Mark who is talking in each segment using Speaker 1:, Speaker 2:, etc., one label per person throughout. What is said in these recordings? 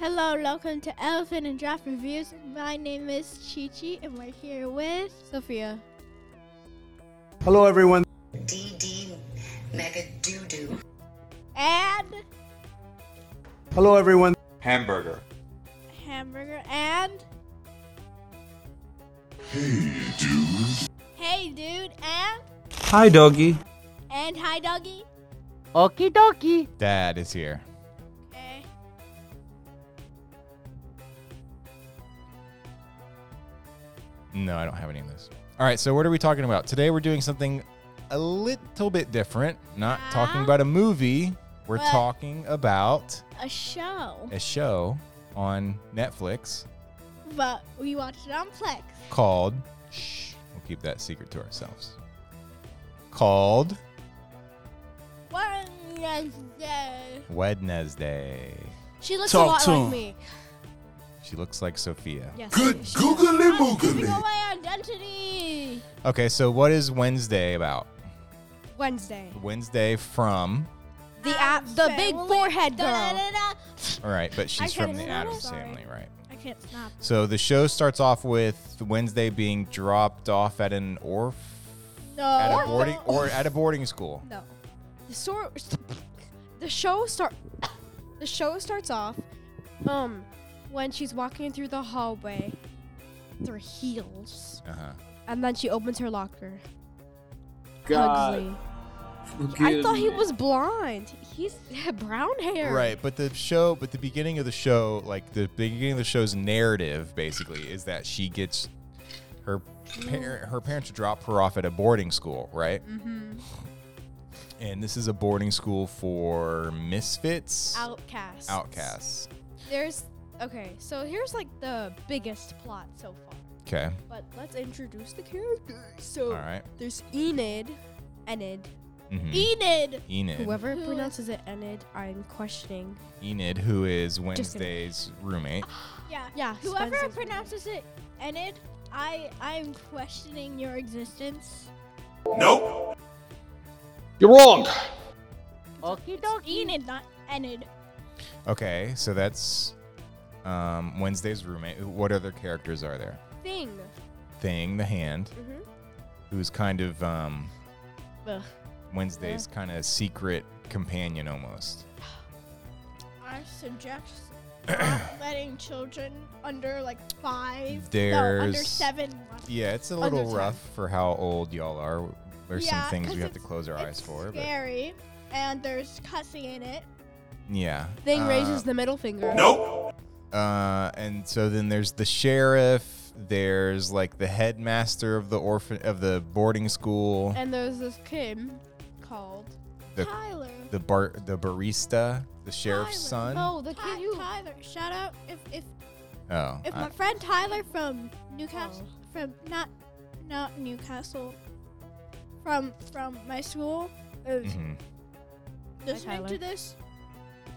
Speaker 1: Hello, welcome to Elephant and Draft Reviews. My name is Chi Chi, and we're here with Sophia.
Speaker 2: Hello, everyone.
Speaker 3: DD Mega Doo Doo.
Speaker 1: And
Speaker 2: Hello, everyone.
Speaker 4: Hamburger.
Speaker 1: Hamburger and. Hey, dude. Hey, dude, and.
Speaker 5: Hi, doggy.
Speaker 1: And hi, doggy.
Speaker 6: Okie dokie.
Speaker 4: Dad is here.
Speaker 1: Okay.
Speaker 4: No, I don't have any of this. All right, so what are we talking about? Today we're doing something a little bit different. Not
Speaker 1: Yeah.
Speaker 4: talking about a movie. We're
Speaker 1: What?
Speaker 4: talking about
Speaker 1: A show.
Speaker 4: a show on Netflix
Speaker 1: But we watched it on Plex.
Speaker 4: called Shh, we'll keep that secret to ourselves. Called
Speaker 1: Wednesday.
Speaker 4: Wednesday.
Speaker 1: She looks a
Speaker 2: Talk
Speaker 1: lot
Speaker 2: to
Speaker 1: like
Speaker 2: him.
Speaker 1: me.
Speaker 4: She looks like Sophia.
Speaker 1: Yes.
Speaker 2: Good
Speaker 1: she-
Speaker 2: googly
Speaker 1: I'm giving
Speaker 2: moogly.
Speaker 1: away identity.
Speaker 4: Okay, so what is Wednesday about?
Speaker 7: Wednesday.
Speaker 4: Wednesday from
Speaker 7: The app, the big
Speaker 1: Family.
Speaker 7: forehead girl.
Speaker 1: Da-da-da-da.
Speaker 4: All right, but
Speaker 1: I
Speaker 4: she's from
Speaker 1: can't
Speaker 4: the
Speaker 1: stop.
Speaker 4: Adams
Speaker 1: Sorry.
Speaker 4: family, right?
Speaker 1: I can't stop.
Speaker 4: So the show starts off with Wednesday being dropped off at an orf
Speaker 1: No.
Speaker 4: at a boarding or at a boarding school.
Speaker 7: No, the sor- the show start, the show starts off, um, when she's walking through the hallway, with her heels,
Speaker 4: Uh-huh.
Speaker 7: and then she opens her locker.
Speaker 6: God.
Speaker 7: Pugsley. I thought he was blind. He's had brown hair.
Speaker 4: Right, but the show, but the beginning of the show, like the beginning of the show's narrative, basically, is that she gets her parent, her parents drop her off at a boarding school, right? Mm-hmm. And this is a boarding school for misfits,
Speaker 7: Outcast.
Speaker 4: outcasts.
Speaker 7: There's okay. So here's like the biggest plot so far.
Speaker 4: Okay,
Speaker 7: But let's introduce the characters. So
Speaker 4: all right.
Speaker 7: there's Enid, Enid,
Speaker 4: Mhm.
Speaker 1: Enid.
Speaker 4: Enid.
Speaker 7: Whoever
Speaker 1: Who-
Speaker 7: pronounces it Enid, I'm questioning.
Speaker 4: Enid, who is
Speaker 7: kidding.
Speaker 4: Wednesday's roommate.
Speaker 1: Yeah.
Speaker 7: Yeah,
Speaker 1: Whoever
Speaker 7: Spencer's
Speaker 1: pronounces it Enid, I I'm questioning your existence.
Speaker 8: You're wrong.
Speaker 6: Okie
Speaker 1: It's
Speaker 6: dokie.
Speaker 1: Enid, not Enid.
Speaker 4: Okay, so that's um, Wednesday's roommate. What other characters are there?
Speaker 7: Thing.
Speaker 4: Thing, the hand,
Speaker 7: Mhm.
Speaker 1: Mm-hmm.
Speaker 4: who's kind of um,
Speaker 7: Ugh.
Speaker 4: Wednesday's kind of secret companion almost.
Speaker 1: I suggest not letting children under like five, no, under
Speaker 4: There's-
Speaker 1: seven.
Speaker 4: Yeah, it's a
Speaker 1: Under
Speaker 4: little
Speaker 1: ten.
Speaker 4: rough for how old y'all are. There's
Speaker 1: Yeah,
Speaker 4: some things
Speaker 1: 'cause
Speaker 4: we have to
Speaker 1: it's-
Speaker 4: close our eyes
Speaker 1: it's
Speaker 4: for. But
Speaker 1: Scary, and there's cussing in it.
Speaker 4: yeah.
Speaker 7: Thing
Speaker 4: Uh,
Speaker 7: raises the middle finger.
Speaker 4: Uh, and so then there's the sheriff. There's like the headmaster of the orphan of the boarding school.
Speaker 7: And there's this kid called.
Speaker 4: The-
Speaker 1: Tyler.
Speaker 4: the bar the barista,
Speaker 1: Oh,
Speaker 4: the sheriff's
Speaker 1: Tyler.
Speaker 4: son.
Speaker 7: Oh, the
Speaker 1: Ty-
Speaker 7: kid who.
Speaker 1: Tyler, shout out if if
Speaker 4: Oh,
Speaker 1: If
Speaker 4: I-
Speaker 1: my friend Tyler from Newcastle, from not not Newcastle, from from my school is
Speaker 4: mhm.
Speaker 1: listening
Speaker 7: Tyler.
Speaker 1: to this,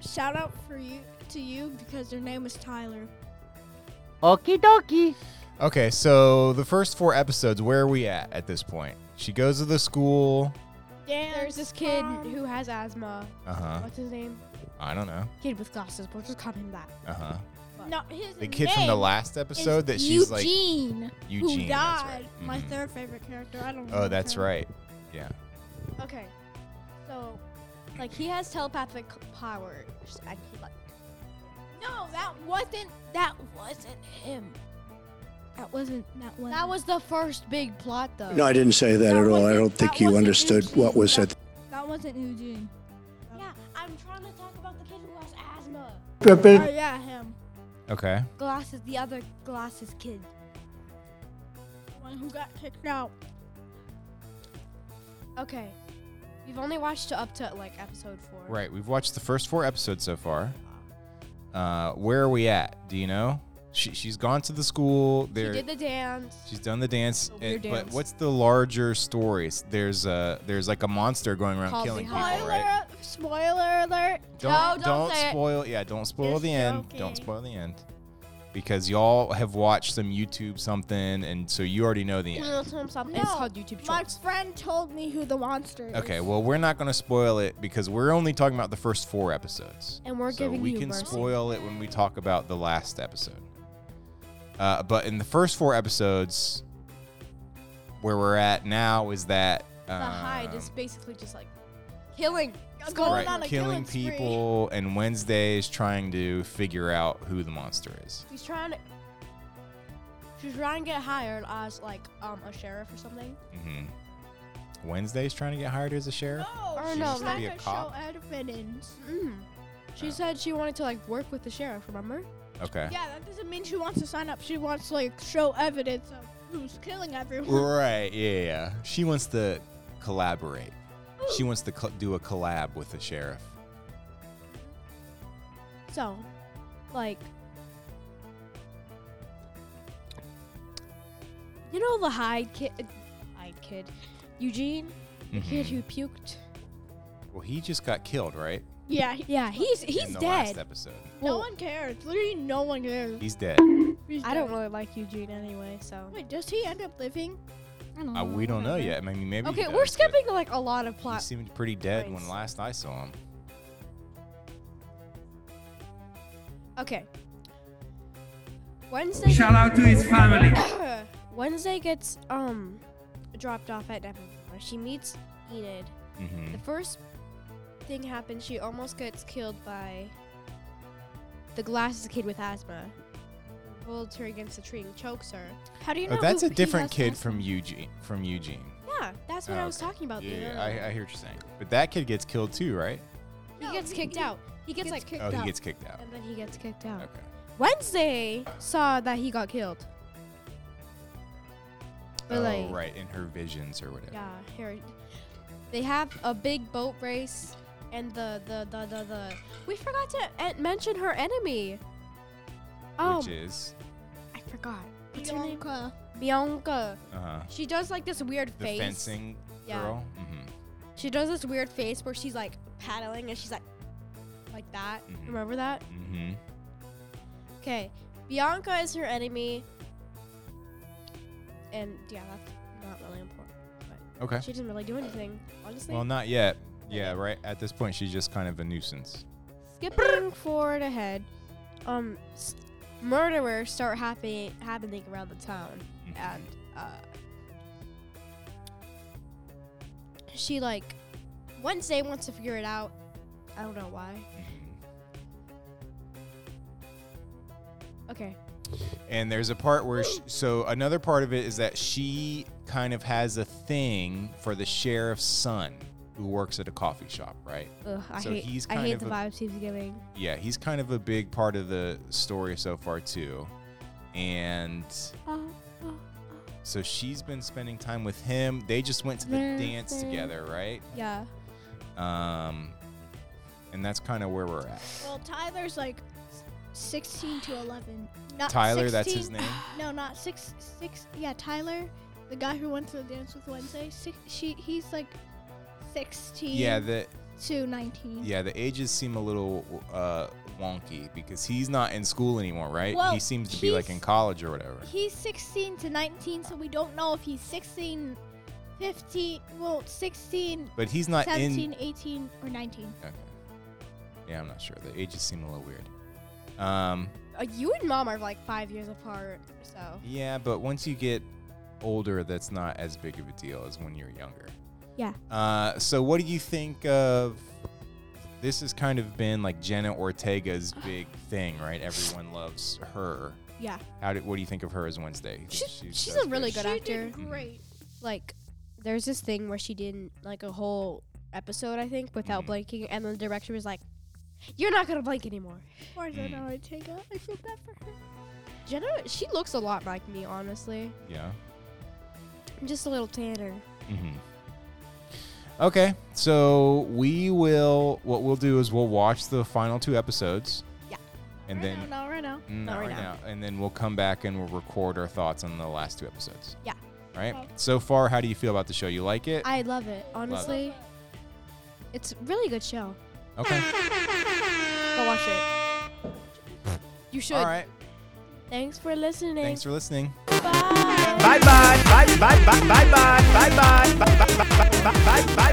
Speaker 1: shout out for you to you because your name is Tyler.
Speaker 6: Okie dokie.
Speaker 4: okay. So the first four episodes, where are we at at this point? She goes to the school.
Speaker 1: Dance
Speaker 7: There's this kid
Speaker 1: mom.
Speaker 7: who has asthma.
Speaker 4: Uh huh.
Speaker 7: What's his name?
Speaker 4: I don't know.
Speaker 7: Kid with glasses. We'll just call him that.
Speaker 4: Uh huh.
Speaker 1: no his
Speaker 4: The kid from the
Speaker 1: name
Speaker 4: last episode
Speaker 1: is
Speaker 4: that she's like
Speaker 1: Eugene,
Speaker 4: Eugene.
Speaker 1: who
Speaker 4: that's
Speaker 1: died.
Speaker 4: right.
Speaker 1: My
Speaker 4: Mhm.
Speaker 1: third favorite character. I don't.
Speaker 4: Oh,
Speaker 1: remember
Speaker 4: that's
Speaker 1: her.
Speaker 4: right. Yeah.
Speaker 7: Okay. So, like, he has telepathic powers, and he like
Speaker 1: No, that wasn't. That wasn't him.
Speaker 7: that wasn't
Speaker 1: That was.
Speaker 7: That was the first big plot, though.
Speaker 2: No, I didn't say that at all. I don't think you understood what was at
Speaker 1: That wasn't Eugene.
Speaker 7: Yeah, I'm trying to talk about the kid who has asthma.
Speaker 1: Oh yeah, him.
Speaker 4: Okay.
Speaker 7: Glasses, the other glasses kid.
Speaker 1: The one who got kicked out.
Speaker 7: Okay, we've only watched up to like episode four.
Speaker 4: Right. We've watched the first four episodes so far. Uh, where are we at? Do you know? She, she's gone to the school.
Speaker 7: He
Speaker 4: There,
Speaker 7: did the dance.
Speaker 4: She's done the dance,
Speaker 7: The
Speaker 4: and-
Speaker 7: weird
Speaker 4: but
Speaker 7: dance.
Speaker 4: what's the larger story? S- There's a there's like a monster going around
Speaker 7: Called
Speaker 4: killing
Speaker 7: the
Speaker 4: people,
Speaker 7: Hulk.
Speaker 1: Spoiler!
Speaker 4: right?
Speaker 1: Spoiler alert!
Speaker 4: Don't
Speaker 7: No, don't
Speaker 4: don't
Speaker 7: say it.
Speaker 4: spoil. Yeah, don't spoil
Speaker 1: Just
Speaker 4: the end.
Speaker 1: joking.
Speaker 4: Don't spoil the end. because y'all have watched some YouTube something, and so you already know the end.
Speaker 7: It's called YouTube
Speaker 1: my
Speaker 7: Shorts.
Speaker 1: friend told me who the monster is.
Speaker 4: Okay, well, we're not going to spoil it because we're only talking about the first four episodes.
Speaker 7: And we're
Speaker 4: so
Speaker 7: giving
Speaker 4: we
Speaker 7: you
Speaker 4: can
Speaker 7: mercy.
Speaker 4: spoil it when we talk about the last episode. Uh, but in the first four episodes, where we're at now is that
Speaker 7: The hide is
Speaker 4: um,
Speaker 7: basically just like killing.
Speaker 1: I'm
Speaker 7: Skull.
Speaker 1: going
Speaker 4: right,
Speaker 1: on a
Speaker 4: killing
Speaker 1: killing spree.
Speaker 4: people, and Wednesday is trying to figure out who the monster is.
Speaker 7: She's trying to. She's trying to get hired as like um a sheriff or something.
Speaker 4: hmm Wednesday's trying to get hired as a sheriff.
Speaker 1: No,
Speaker 7: Or
Speaker 1: she's
Speaker 7: no,
Speaker 1: trying
Speaker 7: like-
Speaker 4: Be a
Speaker 1: to
Speaker 4: cop?
Speaker 1: show evidence.
Speaker 7: Mm. She
Speaker 4: Oh.
Speaker 7: said she wanted to like work with the sheriff. Remember?
Speaker 4: Okay.
Speaker 1: Yeah, that doesn't mean she wants to sign up. She wants to like show evidence of who's killing everyone.
Speaker 4: Right. Yeah. yeah, Yeah. She wants to collaborate. She wants to cl- do a collab with the sheriff.
Speaker 7: So, like, you know the hide kid, hide kid, Eugene, the kid who puked.
Speaker 4: Mm-hmm. Well, he just got killed, right?
Speaker 1: Yeah, he-
Speaker 7: Yeah, he's he's
Speaker 4: In the last
Speaker 7: dead.
Speaker 4: episode.
Speaker 1: no
Speaker 7: Well,
Speaker 1: one cares. Literally, no one cares.
Speaker 4: He's dead. Uh,
Speaker 1: He's
Speaker 7: I don't
Speaker 1: dead.
Speaker 7: really like Eugene anyway, so.
Speaker 1: Wait, does he end up living?
Speaker 4: Uh, we don't know yet. I mean, maybe. he
Speaker 7: Okay,
Speaker 4: does,
Speaker 7: we're
Speaker 4: but
Speaker 7: skipping like a lot of
Speaker 4: He
Speaker 7: plot.
Speaker 4: seemed pretty dead when
Speaker 7: points.
Speaker 4: last I saw him.
Speaker 7: Okay. Wednesday.
Speaker 5: Shout out to his family.
Speaker 7: Wednesday gets um dropped off at Nevermore. She meets Enid.
Speaker 4: Mm-hmm.
Speaker 7: The first thing happens, she almost gets killed by the glasses kid with asthma. Holds her against a tree and chokes her.
Speaker 1: How do you know?
Speaker 4: Oh, that's
Speaker 1: who-
Speaker 4: a
Speaker 1: he
Speaker 4: different
Speaker 1: has
Speaker 4: kid
Speaker 1: last-
Speaker 4: from Eugene. From Eugene.
Speaker 7: Yeah, that's what
Speaker 4: Oh,
Speaker 7: I was
Speaker 4: okay.
Speaker 7: talking about.
Speaker 4: Yeah,
Speaker 7: the
Speaker 4: yeah,
Speaker 7: other
Speaker 4: I,
Speaker 7: one.
Speaker 4: I hear what you're saying. But that kid gets killed too, right?
Speaker 7: he
Speaker 1: No,
Speaker 7: gets
Speaker 1: he-
Speaker 7: kicked
Speaker 1: he
Speaker 7: out. He gets,
Speaker 1: gets
Speaker 7: like,
Speaker 1: kicked
Speaker 4: Oh, he
Speaker 1: out.
Speaker 4: gets kicked out.
Speaker 7: and then he gets kicked out.
Speaker 4: Okay.
Speaker 7: Wednesday saw that he got killed. But,
Speaker 4: oh,
Speaker 7: like-
Speaker 4: right, in her visions or whatever.
Speaker 7: Yeah, here. They have a big boat race, and the the the the, the we forgot to en- mention her enemy. Um,
Speaker 4: Which is,
Speaker 7: I forgot. What's her name?
Speaker 1: Bianca.
Speaker 7: Bianca.
Speaker 4: uh,
Speaker 7: She does like this weird
Speaker 4: the
Speaker 7: face.
Speaker 4: fencing
Speaker 7: Yeah.
Speaker 4: girl. hmm
Speaker 7: She does this weird face where she's like paddling and she's like like that.
Speaker 4: Mhm.
Speaker 7: Remember that?
Speaker 4: Mm-hmm.
Speaker 7: Okay. Bianca is her enemy. And yeah, that's not really important.
Speaker 4: Okay.
Speaker 7: She didn't really do anything, honestly.
Speaker 4: Well, not yet. Yeah, right. At this point, she's just kind of a nuisance.
Speaker 7: Skipping forward ahead, um, s- murderers start happy, happening around the town,
Speaker 4: Mhm.
Speaker 7: and uh, she like Wednesday wants to figure it out. I don't know why.
Speaker 4: Mm-hmm.
Speaker 7: Okay.
Speaker 4: And there's a part where, sh so another part of it is that she kind of has a thing for the sheriff's son who works at a coffee shop, right?
Speaker 7: Ugh, I
Speaker 4: So
Speaker 7: hate.
Speaker 4: he's
Speaker 7: I
Speaker 4: kind
Speaker 7: hate
Speaker 4: of
Speaker 7: the
Speaker 4: a-
Speaker 7: vibes he's giving.
Speaker 4: Yeah, he's kind of a big part of the story so far, too. And so she's been spending time with him. They just went to the dance together, right?
Speaker 7: Yeah.
Speaker 4: Um, and that's kind of where we're at.
Speaker 1: Well, Tyler's like s- 16 to 11. Not
Speaker 4: Tyler, that's his
Speaker 1: 16
Speaker 4: name.
Speaker 1: No, not six. Six. Yeah, Tyler, the guy who went to the dance with Wednesday. Six, she. He's like 16
Speaker 4: Yeah, the
Speaker 1: to 19.
Speaker 4: Yeah, the ages seem a little uh, wonky because he's not in school anymore, right?
Speaker 1: Well,
Speaker 4: he seems to be like
Speaker 1: he's-
Speaker 4: in college or whatever.
Speaker 1: He's 16 to 19, so we don't know if he's 16, 15, well, 16,
Speaker 4: But he's not
Speaker 1: 17,
Speaker 4: in.
Speaker 1: 18, or 19.
Speaker 4: Okay. Yeah, I'm not sure. The ages seem a little weird. Um,
Speaker 7: Uh, you and mom are like five years apart, so.
Speaker 4: yeah, but once you get older, that's not as big of a deal as when you're younger.
Speaker 7: Yeah.
Speaker 4: Uh, so what do you think of? This has kind of been like Jenna Ortega's big thing, right? Everyone loves her.
Speaker 7: Yeah.
Speaker 4: How do, what do you think of her as Wednesday? You think
Speaker 7: She's- she's
Speaker 4: does
Speaker 7: a really Good
Speaker 1: she
Speaker 7: actor.
Speaker 1: did great.
Speaker 7: like there's this thing where she did like a whole episode I think without
Speaker 4: Mhm.
Speaker 7: blinking, and then the director was like, "You're not gonna blink anymore."
Speaker 1: Poor Jenna
Speaker 4: Mm.
Speaker 1: Ortega. I feel bad for her.
Speaker 7: Jenna, she looks a lot like me, honestly,
Speaker 4: Yeah.
Speaker 7: just a little tanner.
Speaker 4: hmm Okay, so we will. What we'll do is we'll watch the final two episodes.
Speaker 7: Yeah.
Speaker 4: And then
Speaker 1: No, right now.
Speaker 4: Mm,
Speaker 7: Not right now.
Speaker 4: and then we'll come back and we'll record our thoughts on the last two episodes.
Speaker 7: Yeah.
Speaker 4: All right.
Speaker 1: Okay.
Speaker 4: So far, how do you feel about the show? You like it?
Speaker 7: I love it, honestly. It's a really good show.
Speaker 4: okay.
Speaker 7: Go watch it. You should.
Speaker 4: All right.
Speaker 7: Thanks for listening.
Speaker 4: Thanks for listening.
Speaker 7: Bye.
Speaker 5: Bye bye. Bye bye. Bye bye. Bye bye. Bye bye. Bye bye. Bye bye.